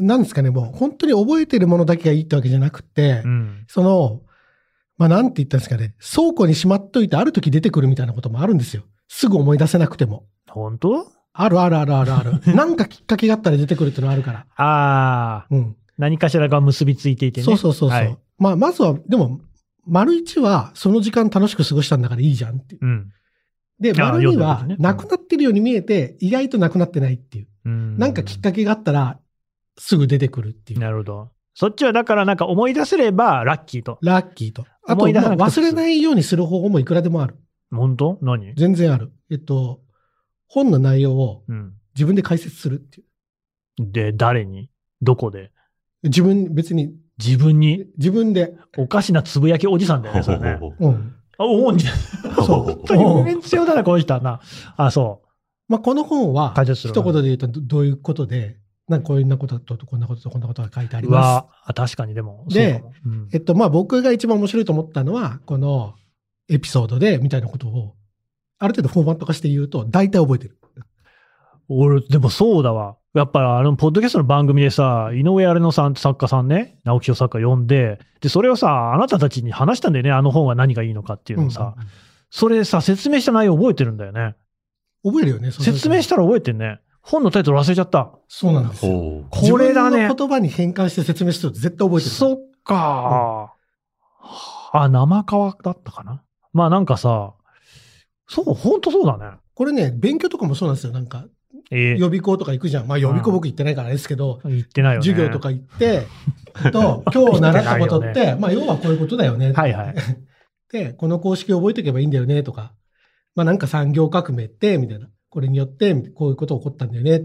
Speaker 3: なんですかね、もう本当に覚えてるものだけがいいってわけじゃなくて、
Speaker 2: うん。
Speaker 3: その、まあなんて言ったんですかね、倉庫にしまっといてある時出てくるみたいなこともあるんですよ。すぐ思い出せなくても。
Speaker 2: 本当
Speaker 3: あるあるあるあるあ る。なんかきっかけがあったら出てくるってのあるから。
Speaker 2: ああ、
Speaker 3: うん。
Speaker 2: 何かしらが結びついていてね。
Speaker 3: そうそうそうそう。
Speaker 2: はい
Speaker 3: まあまずは、でも、丸一はその時間楽しく過ごしたんだからいいじゃんっていう。
Speaker 2: うん。
Speaker 3: で、
Speaker 2: ああ
Speaker 3: 丸二
Speaker 2: 読んだ
Speaker 3: は
Speaker 2: 時ね、うん
Speaker 3: なくなってるように見えて、意外となくなってないっていう。
Speaker 2: うん。
Speaker 3: なんかきっかけがあったら、すぐ出てくるっていう。
Speaker 2: なるほど。そっちはだからなんか思い出せればラッキーと。
Speaker 3: ラッキーと。あと、
Speaker 2: 思い出さ
Speaker 3: ま
Speaker 2: な
Speaker 3: あ
Speaker 2: くても
Speaker 3: 忘れないようにする方法もいくらでもある。
Speaker 2: 本当何
Speaker 3: 全然ある。えっと、本の内容を
Speaker 2: うん。
Speaker 3: 自分で解説するっていう。
Speaker 2: で、誰にどこで
Speaker 3: 自分、別に、
Speaker 2: 自分に
Speaker 3: 自分で、
Speaker 2: おかしなつぶやきおじさんだよね、それね。
Speaker 3: うん。
Speaker 2: あ、おお、本当に無面強だな、この人はな。あ、そ
Speaker 3: まあ、この本は、
Speaker 2: 解説する
Speaker 3: 一言で言うと、どどういうことで、なんかこんなことと、こんなことと、こんなことが書いてあ
Speaker 2: う。
Speaker 3: り
Speaker 2: う
Speaker 3: ます
Speaker 2: わ。あ、確かにでも。
Speaker 3: で
Speaker 2: そうかもうん
Speaker 3: えっと、まあ僕が一番面白いと思ったのは、このエピソードでみたいなことを、ある程度フォーマット化して言うと、大体覚えてる。
Speaker 2: 俺、でもそうだわ。やっぱあの、ポッドキャストの番組でさ、井上荒野さんって作家さんね、直木賞作家呼んで、で、それをさ、あなたたちに話したんだよね、あの本は何がいいのかっていうのをさ、それさ、説明した内容覚えてるんだよね。
Speaker 3: うん覚えるよね、そう
Speaker 2: 説明したら覚えてんね。本のタイトル忘れちゃった。
Speaker 3: そうなんですよ。
Speaker 4: ほう。
Speaker 2: これだね
Speaker 3: 自分の言葉に変換して説明すると絶対覚えてる。
Speaker 2: そっかー。あ、生皮だったかな。まあなんかさ、そう、ほんとそうだね。
Speaker 3: これね、勉強とかもそうなんですよ。なんか、
Speaker 2: ええ
Speaker 3: 予備校とか行くじゃん。まあ予備校僕行ってないからあれですけど、
Speaker 2: 言ってないよね。
Speaker 3: 授業とか行って、と、今日習ったことっ
Speaker 2: 行ってな
Speaker 3: て、まあ要はこういうことだよね。
Speaker 2: はい はい。
Speaker 3: で、この公式覚えておけばいいんだよねとか、まあなんか産業革命って、みたいな。これによって、こういうこと起こったんだよね。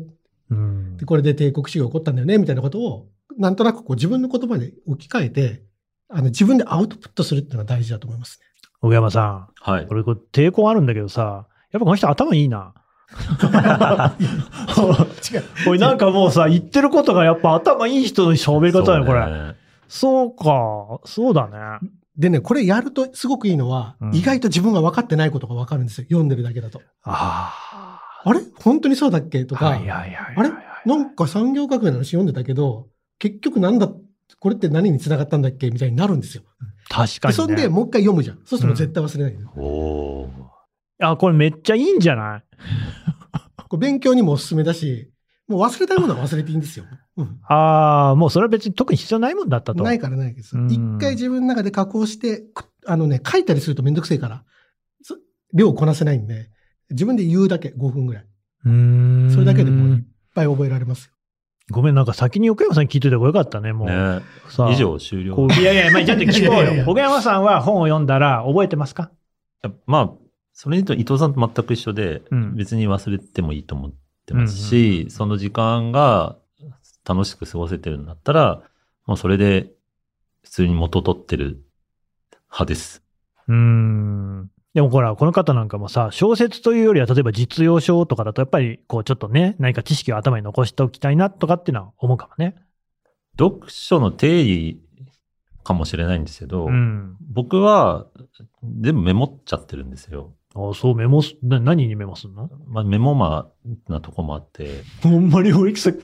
Speaker 2: うん
Speaker 3: で、。これで帝国主義が起こったんだよね、みたいなことを、なんとなくこう自分の言葉で置き換えて、あの自分でアウトプットするっていうのが大事だと思いますね。
Speaker 2: 小山さん、
Speaker 4: はい。
Speaker 2: 俺これ抵抗あるんだけどさ、やっぱこの人頭いいな。
Speaker 3: 違う。
Speaker 2: おい、なんかもうさ、言ってることがやっぱ頭いい人の喋り方だよ、これ。
Speaker 4: れ。
Speaker 2: そうか、そうだね。
Speaker 3: でね、これやるとすごくいいのは、
Speaker 2: うん
Speaker 3: 意外と自分が分かってないことが分かるんですよ。読んでるだけだと。
Speaker 2: あ
Speaker 3: あれ本当にそうだっけと
Speaker 2: あ。
Speaker 3: か、
Speaker 2: はいはいはいはい
Speaker 3: あ
Speaker 2: はい。
Speaker 3: れなんか産業革命の話読んでたけど、結局なんだ、これって何に繋がったんだっけみたいになるんですよ。
Speaker 2: 確
Speaker 3: で
Speaker 2: かに、ね。
Speaker 3: そんで、もう一回読むじゃん。そうすると絶対忘れないのよ、
Speaker 4: おお
Speaker 2: あ、これめっちゃいいんじゃない
Speaker 3: これ勉強にもおすすめだし、もう忘れたいものは忘れていいんですよ。うん。
Speaker 2: ああ、もうそれは別に特に必要ないもんだったと。
Speaker 3: ないからないです
Speaker 2: う。ん
Speaker 3: 一回自分の中で加工して、くあのね、書いたりするとめんどくせえから、そ量をこなせないんで、自分で言うだけ、5分ぐらい。いっ
Speaker 2: うーん。
Speaker 3: それだけでもうぱい覚えられますよ。
Speaker 2: ごめん、なんか先に奥山さんに聞いといた方がよかったね、もう。
Speaker 4: ー。ね
Speaker 2: さあ
Speaker 4: 以。上終了。
Speaker 2: こういやいや、まあ、ちゃんと聞こ
Speaker 3: いや
Speaker 2: う
Speaker 3: いやい
Speaker 2: よ。
Speaker 3: や
Speaker 2: 奥山さんは本を読んだら覚えてますか
Speaker 4: まあ、それにと伊藤さんと全く一緒で、
Speaker 2: うん
Speaker 4: 別に忘れてもいいと思ってますし、その時間が楽しく過ごせてるんだったら、もうそれで普通に元取ってる派です。
Speaker 2: うーん。でもほら、この方なんかもさ、小説というよりは、例えば実用書とかだと、やっぱり、こう、ちょっとね、何か知識を頭に残しておきたいなとかっていうのは思うかもね。
Speaker 4: 読書の定義かもしれないんですけど、
Speaker 2: うん。
Speaker 4: 僕は全部メモっちゃってるんですよ。
Speaker 2: あそう、メモす、な何にメモすんの
Speaker 4: まあ、メモマなとこもあって、
Speaker 2: ほんまに俺、見たこ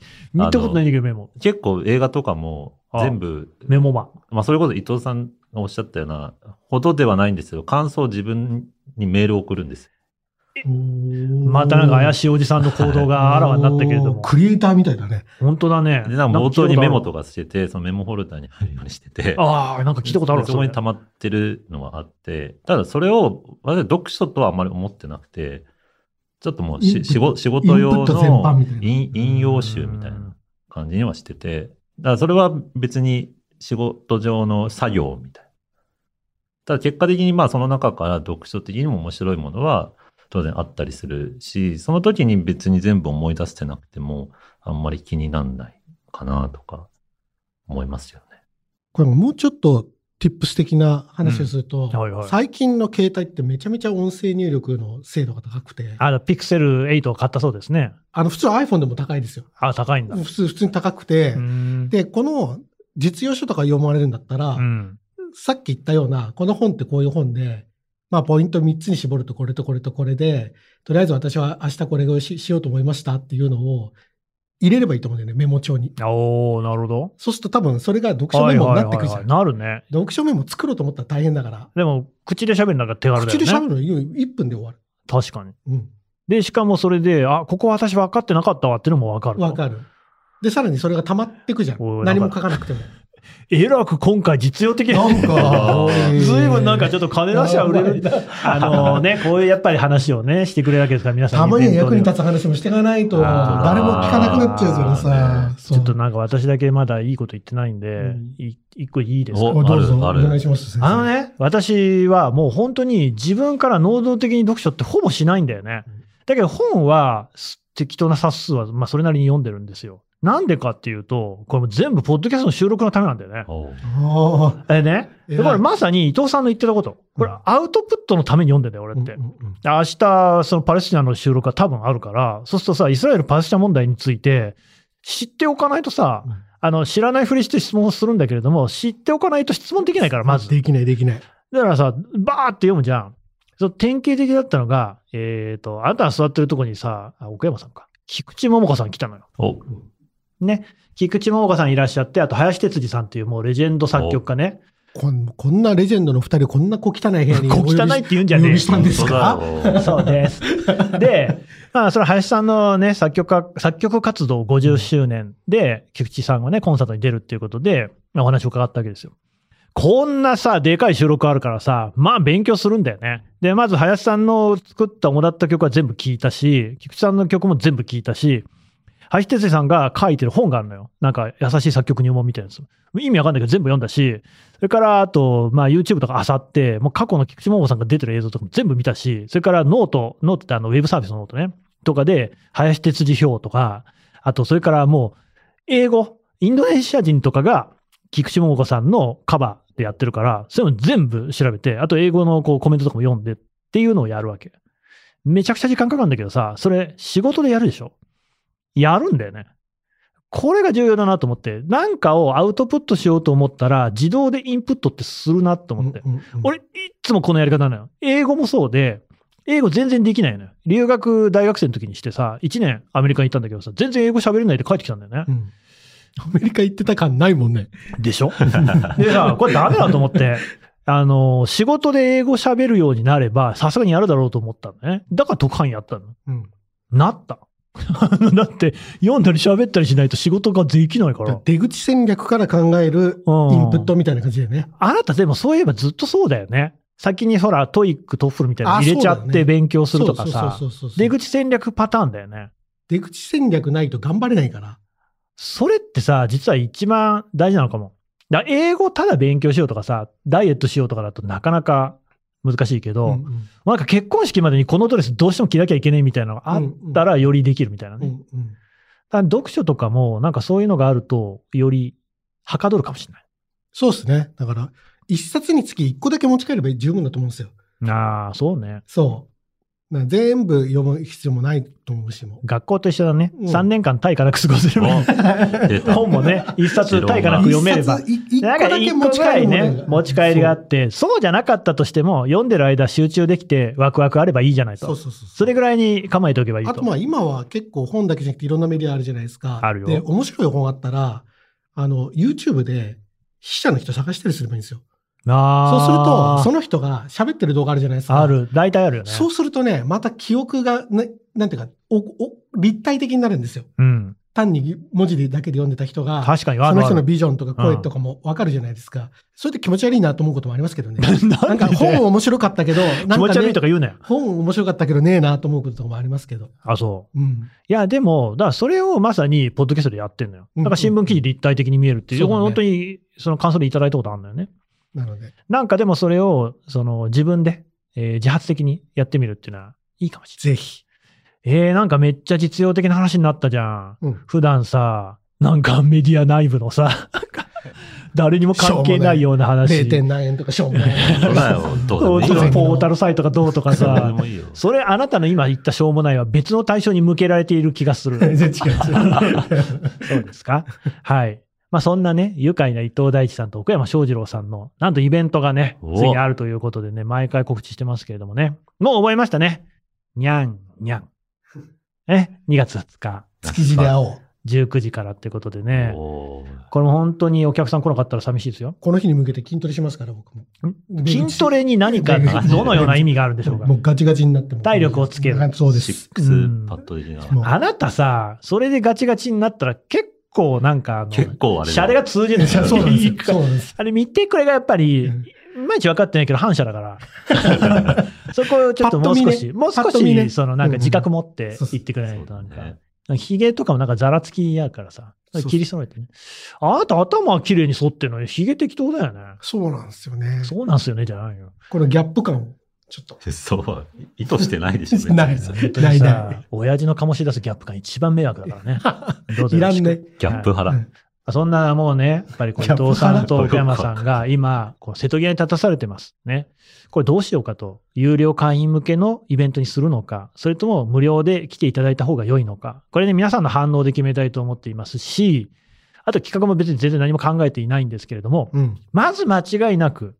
Speaker 2: とないんだけど、メモ。
Speaker 4: 結構映画とかも全部、
Speaker 2: メモ版。
Speaker 4: まあ、それこそ伊藤さんがおっしゃったようなほどではないんですけど、感想を自分にメールを送るんです。
Speaker 2: またなんか怪
Speaker 3: い
Speaker 2: しいおじさんの行動があらわになったけれども。
Speaker 3: クリエイターみたいだね。
Speaker 2: 本当だね。
Speaker 4: で、なんか冒頭にメモと
Speaker 2: か
Speaker 4: かしてて、そのメモフォルダに入るようにしてて
Speaker 2: 聞いたこと。ある。ああ、なんか聞いたことある
Speaker 4: でそこに
Speaker 2: それ
Speaker 4: 溜まってるのがあって、ただそれを、私は読書とはあまり思ってなくて、ちょっともう
Speaker 3: インプ
Speaker 4: し
Speaker 3: ット
Speaker 4: 仕事仕事用
Speaker 3: インプット全般みたい
Speaker 4: の
Speaker 3: な
Speaker 4: 引引用集みたいな感じにはしてて、だからそれは別に仕事上の作業みたいな。ただ結果的にまあその中から読書的にも面白いものは当然あったりするし、その時に別に全部思い出してなくてもあんまり気になんないかなとか思いますよね。
Speaker 3: これももうちょっと、tips 的な話をすると、
Speaker 2: うんはいはい
Speaker 3: 最近の携帯ってめちゃめちゃ音声入力の精度が高くて、あ
Speaker 2: あの、ピクセル8を買ったそうですね。
Speaker 3: の、普通 iPhone でも高いですよ。
Speaker 2: あ高いんだ。
Speaker 3: 普通、普通に高くて、
Speaker 2: うん
Speaker 3: で、この実用書とか読まれるんだったら、
Speaker 2: うん。
Speaker 3: さっき言ったような、この本ってこういう本で、まあ、ポイント3つに絞るとこれとこれとこれで、とりあえず私は明日これをししようと思いましたっていうのを入れればいいと思うんだよね、メモ帳に。
Speaker 2: おー、なるほど。
Speaker 3: そうすると多分それが読書メモになってくるじゃ
Speaker 2: は
Speaker 3: ん。
Speaker 2: いはいはいはいなるね。
Speaker 3: 読書メモ作ろうと思ったら大変だから、
Speaker 2: でも、口で喋るなんか手軽だ
Speaker 3: 口
Speaker 2: よね。
Speaker 3: で喋るの1分で終わる。
Speaker 2: 確かに。
Speaker 3: うん。
Speaker 2: で、しかもそれで、あ、ここ私分かってなかったわっていうのも分かる。
Speaker 3: わかる。で、さらにそれが溜まってくじゃ
Speaker 2: お
Speaker 3: ん。
Speaker 2: いなん
Speaker 3: 何
Speaker 2: か
Speaker 3: も書かなくても。
Speaker 2: えらく今回実用的な。、
Speaker 3: なんか
Speaker 2: ずいぶんなんかちょっ
Speaker 3: っ
Speaker 2: と金出しは売れる。あの ね、こういうやっぱり話をね、してくれるわけですから、皆さん。
Speaker 3: たまには
Speaker 2: イベント
Speaker 3: 役
Speaker 2: で
Speaker 3: に立つ話もしていかないと、
Speaker 2: あー
Speaker 3: 誰も聞かなくなっちゃうからさ。
Speaker 2: ちょっと
Speaker 3: そう
Speaker 2: なんか私だけまだいいこと言ってないん
Speaker 3: う
Speaker 2: で
Speaker 3: ん、
Speaker 2: い一個いいですか
Speaker 4: お
Speaker 3: どうぞ、お
Speaker 4: あるある
Speaker 3: 願いします。先生
Speaker 2: あの。ね、私はもう本当に自分から能動的に読書ってほぼしないんだよね
Speaker 3: うん。
Speaker 2: だけど本はす適当な冊数は、まあ、それなりに読んでるんですよ。なんでかっていうと、これも全部ポッドキャストの収録のためなんだよね。
Speaker 4: おう
Speaker 3: ああ。
Speaker 2: えね。
Speaker 3: 偉い
Speaker 2: だからまさに伊藤さんの言ってたこと。これ
Speaker 3: うん
Speaker 2: アウトプットのために読んでんだよ、俺って。
Speaker 3: うんうんうん
Speaker 2: 明日、そのパレスチナの収録が多分あるから、そうするとさ、イスラエル・パレスチナ問題について、知っておかないとさ、
Speaker 3: うん
Speaker 2: あの、知らないふりして質問をするんだけれども、知っておかないと質問できないから、まず。
Speaker 3: できない、できない。
Speaker 2: だからさ、バーって読むじゃん。その典型的だったのが、えっ、と、あなたが座ってるとこにさ、あ奥山さんか。菊池桃子さん来たのよ。
Speaker 4: お
Speaker 2: ね。菊池桃子さんいらっしゃって、あと林哲司さんっていうもうレジェンド作曲家ね。
Speaker 3: こんこんなレジェンドの二人、こんな小汚い部屋に
Speaker 2: こう汚いって言うんじゃ
Speaker 3: お呼
Speaker 2: ねえ
Speaker 3: び
Speaker 2: よ
Speaker 3: し。たんですか
Speaker 4: 本当だよ
Speaker 2: そうです。で、まあ、その林さんのね、作曲家、作曲活動50周年で、菊池さんがね、コンサートに出るっていうことで、まあお話を伺ったわけですよ。こんなさ、でかい収録あるからさ、まあ勉強するんだよね。で、まず林さんの作った、もらった曲は全部聞いたし、菊池さんの曲も全部聞いたし、林哲司さんが書いてる本があるのよ。なんか、優しい作曲入門みたいなやつ。意味わかんないけど全部読んだし、それから、あと、まあ YouTube とか漁って、もう過去の菊池桃さんが出てる映像とかも全部見たし、それからノート、ノートってあの、ウェブサービスのノートね。とかで、林哲司表とか、あと、それからもう、英語、インドネシア人とかが、菊池桃子さんのカバーでやってるから、そういうの全部調べて、あと英語のこうコメントとかも読んでっていうのをやるわけ。めちゃくちゃ時間かかるんだけどさ、それ仕事でやるでしょやるんだよね。これが重要だなと思って、なんかをアウトプットしようと思ったら、自動でインプットってするなと思って。
Speaker 3: うんうんうん
Speaker 2: 俺、いっつもこのやり方なのよ。英語もそうで、英語全然できないのよ。留学大学生の時にしてさ、1年アメリカに行ったんだけどさ、全然英語喋れないで帰ってきたんだよね
Speaker 3: う。んアメリカ行ってた感ないもんね。
Speaker 2: でしょでさ、これダメだと思って、あの、仕事で英語喋るようになれば、さすがにやるだろうと思ったのね。だから特派員やったの。
Speaker 3: うん
Speaker 2: なった。 あのだって、読んだり喋ったりしないと仕事ができないから。
Speaker 3: 出口戦略から考える
Speaker 2: うん
Speaker 3: インプットみたいな感じでね。
Speaker 2: あなたでもそういえばずっとそうだよね。先にほら、トイック、トフルみたいなの入れちゃ
Speaker 3: あ
Speaker 2: っ
Speaker 3: そうだ
Speaker 2: て
Speaker 3: よね
Speaker 2: 勉強するとかさ
Speaker 3: そ、うそうそうそう
Speaker 2: 出口戦略パターンだよね。
Speaker 3: 出口戦略ないと頑張れないから。
Speaker 2: それってさ、実は一番大事なのかも。だから英語ただ勉強しようとかさ、ダイエットしようとかだとなかなか難しいけど、
Speaker 3: うんうん
Speaker 2: まあなんか結婚式までにこのドレスどうしても着なきゃいけないみたいなのがあったらよりできるみたいなね。
Speaker 3: うんうん
Speaker 2: だから読書とかもなんかそういうのがあるとよりはかどるかもしれない。
Speaker 3: そうですね。だから、一冊につき一個だけ持ち帰れば十分だと思うんですよ。
Speaker 2: ああ、そうね。
Speaker 3: そう。だから全部読む必要もないと思うしも。
Speaker 2: 学校と一緒だね。
Speaker 3: うん
Speaker 2: 3年間対価なく過ごせる。
Speaker 4: お出た
Speaker 2: 本もね、一冊対価なく読めれば
Speaker 3: 一。冊い一個
Speaker 2: なんか
Speaker 3: だけ
Speaker 2: 一
Speaker 3: 持
Speaker 2: 個
Speaker 3: ち
Speaker 2: ぐ
Speaker 3: 帰
Speaker 2: ら
Speaker 3: る
Speaker 2: い
Speaker 3: ものが
Speaker 2: ね、持ち帰りがあって、そうじゃなかったとしても、読んでる間集中できて、ワクワクあればいいじゃない
Speaker 3: そう
Speaker 2: と。
Speaker 3: そうそう
Speaker 2: それぐらいに構えておけばいいと。
Speaker 3: あとまあ今は結構本だけじゃなくていろんなメディアあるじゃないですか。
Speaker 2: あるよ
Speaker 3: で、面白い本あったら、あの、YouTube で筆者の人探したりすればいいんですよ。そうする
Speaker 2: あ
Speaker 3: と、
Speaker 2: ー
Speaker 3: その人が喋ってる動画あるじゃないですか。
Speaker 2: あ。る。大体あるよね。
Speaker 3: そうするとね、また記憶が、ね、なんていうかおお、立体的になるんですよ。
Speaker 2: うん。
Speaker 3: 単に文字だけで読んでた人が、
Speaker 2: 確かにあるあ
Speaker 3: そ
Speaker 2: る
Speaker 3: の人のビジョンとか声とかもわかるじゃないですか。それで気持ち悪いなと思うこともありますけど ね。なんか本面白かったけど、な
Speaker 2: 気
Speaker 3: ん
Speaker 2: 持
Speaker 3: か
Speaker 2: ち悪い
Speaker 3: ね
Speaker 2: とか言うなよ。
Speaker 3: 本面白かったけどねえなと思うこととかもありますけど。
Speaker 2: あ、そう。
Speaker 3: うん。
Speaker 2: いや、でも、だからそれをまさに、ポッドキャストでやってんのよ。
Speaker 3: う
Speaker 2: だ
Speaker 3: ん
Speaker 2: から新聞記事立体的に見えるっていう、
Speaker 3: そうだね
Speaker 2: 本当に、その感想でいただいたことあるんだよね。
Speaker 3: なので。
Speaker 2: なんかでもそれを、その自分で、えー自発的にやってみるっていうのは、いいかもしれ
Speaker 3: ぜひ。
Speaker 2: ない。えー、なんかめっちゃ実用的な話になったじゃん。
Speaker 3: うん
Speaker 2: 普段さ、なんかメディア内部のさ、なんか誰にも関係ないような話。
Speaker 3: 0. 何円とかしょうもない。
Speaker 4: そんなのど
Speaker 2: そう
Speaker 4: うで
Speaker 2: そ
Speaker 4: もいいよ
Speaker 2: うポータルサイトがどうと か
Speaker 4: どうで
Speaker 2: さ。
Speaker 4: もいいよ。
Speaker 2: それあなたの今言ったしょうもないは別の対象に向けられている気がする。
Speaker 3: 全然違う。
Speaker 2: そうですか。はい。まあそんなね、愉快な伊藤大地さんと奥山翔二郎さんの、なんとイベントがね、
Speaker 4: お
Speaker 2: ついにあるということでね、毎回告知してますけれどもね。もう覚えましたね。にゃん、にゃん。ね、2月2日、
Speaker 3: 築地で会おう。
Speaker 2: 19時からってことでね。
Speaker 4: おー
Speaker 2: これも本当にお客さん来なかったら寂しいですよ。
Speaker 3: この日に向けて筋トレしますから、僕も。
Speaker 2: 筋トレに何か、
Speaker 3: 出口
Speaker 2: どのような意味があるんでしょうか
Speaker 3: も。うガチガチになっても。
Speaker 2: 体力をつける
Speaker 3: そうで
Speaker 4: シ
Speaker 3: す
Speaker 4: ッ。クスパッド的
Speaker 3: も
Speaker 4: な。
Speaker 3: う
Speaker 2: あなたさ、それでガチガチになったら結構なんかあの、
Speaker 4: 結構あれだ
Speaker 2: シャレが通じない
Speaker 3: いやそうなんですよ。そうなんです。
Speaker 2: あれ見てくれがやっぱり、
Speaker 3: うん
Speaker 2: いまいち分かってないけど反射だ から。そこをちょっともう
Speaker 3: パッと
Speaker 2: 少
Speaker 3: 見
Speaker 2: し、
Speaker 3: ね
Speaker 2: もう
Speaker 3: パ
Speaker 2: 少
Speaker 3: ッと見
Speaker 2: し、
Speaker 3: ね
Speaker 2: そのなんか自覚持っ
Speaker 3: うんう
Speaker 2: て
Speaker 3: んそうそう
Speaker 2: 言ってくれない
Speaker 4: そう
Speaker 2: と
Speaker 4: だ
Speaker 2: なんか
Speaker 4: ね。。
Speaker 2: ヒゲとかもなんかざらつきやからさ
Speaker 3: そう、そう
Speaker 2: 切り揃えてね。あなた頭は綺麗に剃ってるのにヒゲ適当だよね。
Speaker 3: そうなんですよね。
Speaker 2: そうなんすよね、じゃないよ。
Speaker 3: このギャップ感を、ちょっと。
Speaker 4: そう。意図してないでしょ。別 に
Speaker 3: ないです
Speaker 4: ギ
Speaker 2: 本当
Speaker 3: な
Speaker 2: に
Speaker 3: い
Speaker 2: さ
Speaker 3: な、
Speaker 2: 親父の醸し出すギャップ感一番迷惑だ からね。 どうぞ
Speaker 3: い
Speaker 2: よろ
Speaker 3: ら
Speaker 2: し
Speaker 3: ん
Speaker 2: く
Speaker 3: ね。
Speaker 4: ャップ
Speaker 3: は
Speaker 4: 腹
Speaker 3: い。
Speaker 2: そんなもうね、やっぱりこう伊藤さんと奥山さんが今、こう瀬戸際に立たされてますね。これどうしようかと。有料会員向けのイベントにするのか、それとも無料で来ていただいた方が良いのか。これね、皆さんの反応で決めたいと思っていますし、あと企画も別に全然何も考えていないんですけれども、
Speaker 3: うん。
Speaker 2: まず間違いなく、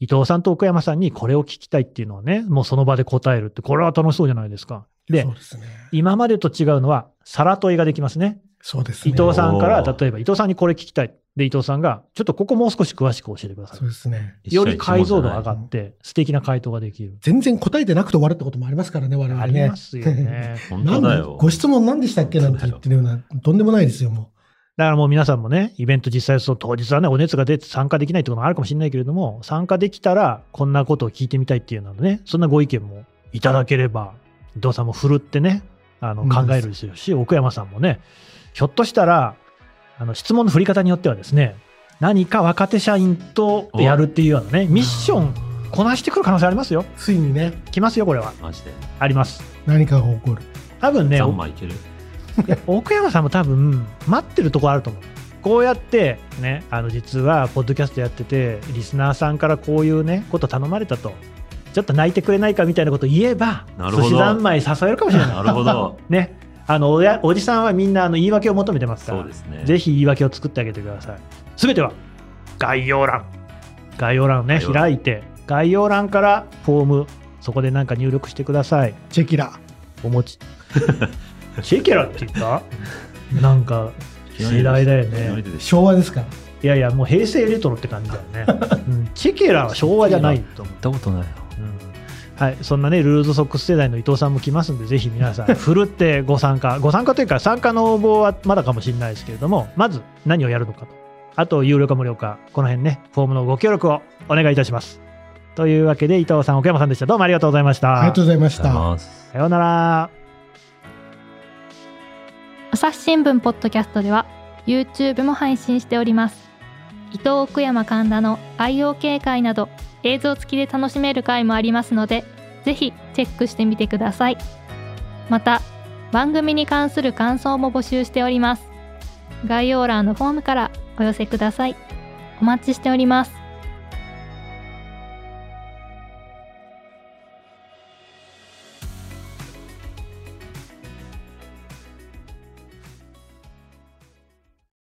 Speaker 2: 伊藤さんと奥山さんにこれを聞きたいっていうのをね、もうその場で答えるって、これは楽しそうじゃないですか。で
Speaker 3: そう、ですね。
Speaker 2: 今までと違うのは、皿問いができますね。
Speaker 3: そうですね。
Speaker 2: 伊藤さんから、
Speaker 4: おー
Speaker 2: 例えば伊藤さんにこれ聞きたい。で、伊藤さんが、ちょっとここもう少し詳しく教えてくださ
Speaker 3: そうですね。
Speaker 2: い。より解像度が上
Speaker 4: る。
Speaker 2: がって、素敵な回答ができる。
Speaker 3: 全然答えてなくて終わるってこともありますからね、我々
Speaker 2: あ
Speaker 3: ね。
Speaker 2: りますよね。
Speaker 4: 本
Speaker 3: な
Speaker 4: 当
Speaker 3: ん
Speaker 4: だ
Speaker 3: で
Speaker 4: よ。
Speaker 3: ご質問何でしたっけなんて言ってるような、とんでもないですよ、も
Speaker 2: だからもう皆さんもね、イベント実際そう当日はね、お熱が出て参加できないってこともあるかもしれないけれども、参加できたらこんなことを聞いてみたいっていうのでね、そんなご意見もいただければ、伊藤さんも振るってね、あの
Speaker 3: うん
Speaker 2: 考えるでしょうし、奥山さんもね、ひょっとしたら、あの質問の振り方によってはですね、何か若手社員とやるっていうようなね、ミッションこなしてくる可能性ありますよ。
Speaker 3: ついにね、
Speaker 2: 来ますよ、これは。
Speaker 4: マジで。
Speaker 2: あります。
Speaker 3: 何かが起こる。
Speaker 2: 多分ね、
Speaker 4: 3枚いける。
Speaker 2: 奥山さんも多分待ってるとこあると思うこうやってねあの実はポッドキャストやっててリスナーさんからこういうねこと頼まれたとちょっと泣いてくれないかみたいなこと言えば
Speaker 4: なるほ
Speaker 2: 寿
Speaker 4: ど
Speaker 2: 司三昧誘えるか もしれ ない
Speaker 4: なるほど。
Speaker 2: ねあのおやおじさんはみんなあの言い訳を求めてますか
Speaker 4: そう
Speaker 2: ら
Speaker 4: ですね。
Speaker 2: ぜひ言い訳を作ってあげてくださいすべては概要欄概要欄をね
Speaker 4: 概要欄
Speaker 2: 開いて概要欄からフォームそこで何か入力してください
Speaker 3: チェキラ。
Speaker 2: お 餅シェケラって言ったなんか世代だよね
Speaker 3: 昭和ですから。
Speaker 2: いやいやもう平成レトロって感じだよ ね、うん、チェケラは昭和じゃないと思う、
Speaker 4: たことない
Speaker 2: うんはい、そんなねルーズソックス世代の伊藤さんも来ますんでぜひ皆さ んふるってご参加ご参加というか参加の応募はまだかもしれないですけれどもまず何をやるのかとあと有料か無料かこの辺ねフォームのご協力をお願いいたしますというわけで伊藤さん奥山さんでしたどうもありがとうございました
Speaker 3: ありがとうございまし
Speaker 4: ありがとう
Speaker 3: た。
Speaker 4: ございます。
Speaker 2: さようなら
Speaker 5: 朝日新聞ポッドキャストでは YouTube も配信しております伊藤奥山神田の IOK 会など映像付きで楽しめる会もありますのでぜひチェックしてみてくださいまた番組に関する感想も募集しております概要欄のフォームからお寄せくださいお待ちしております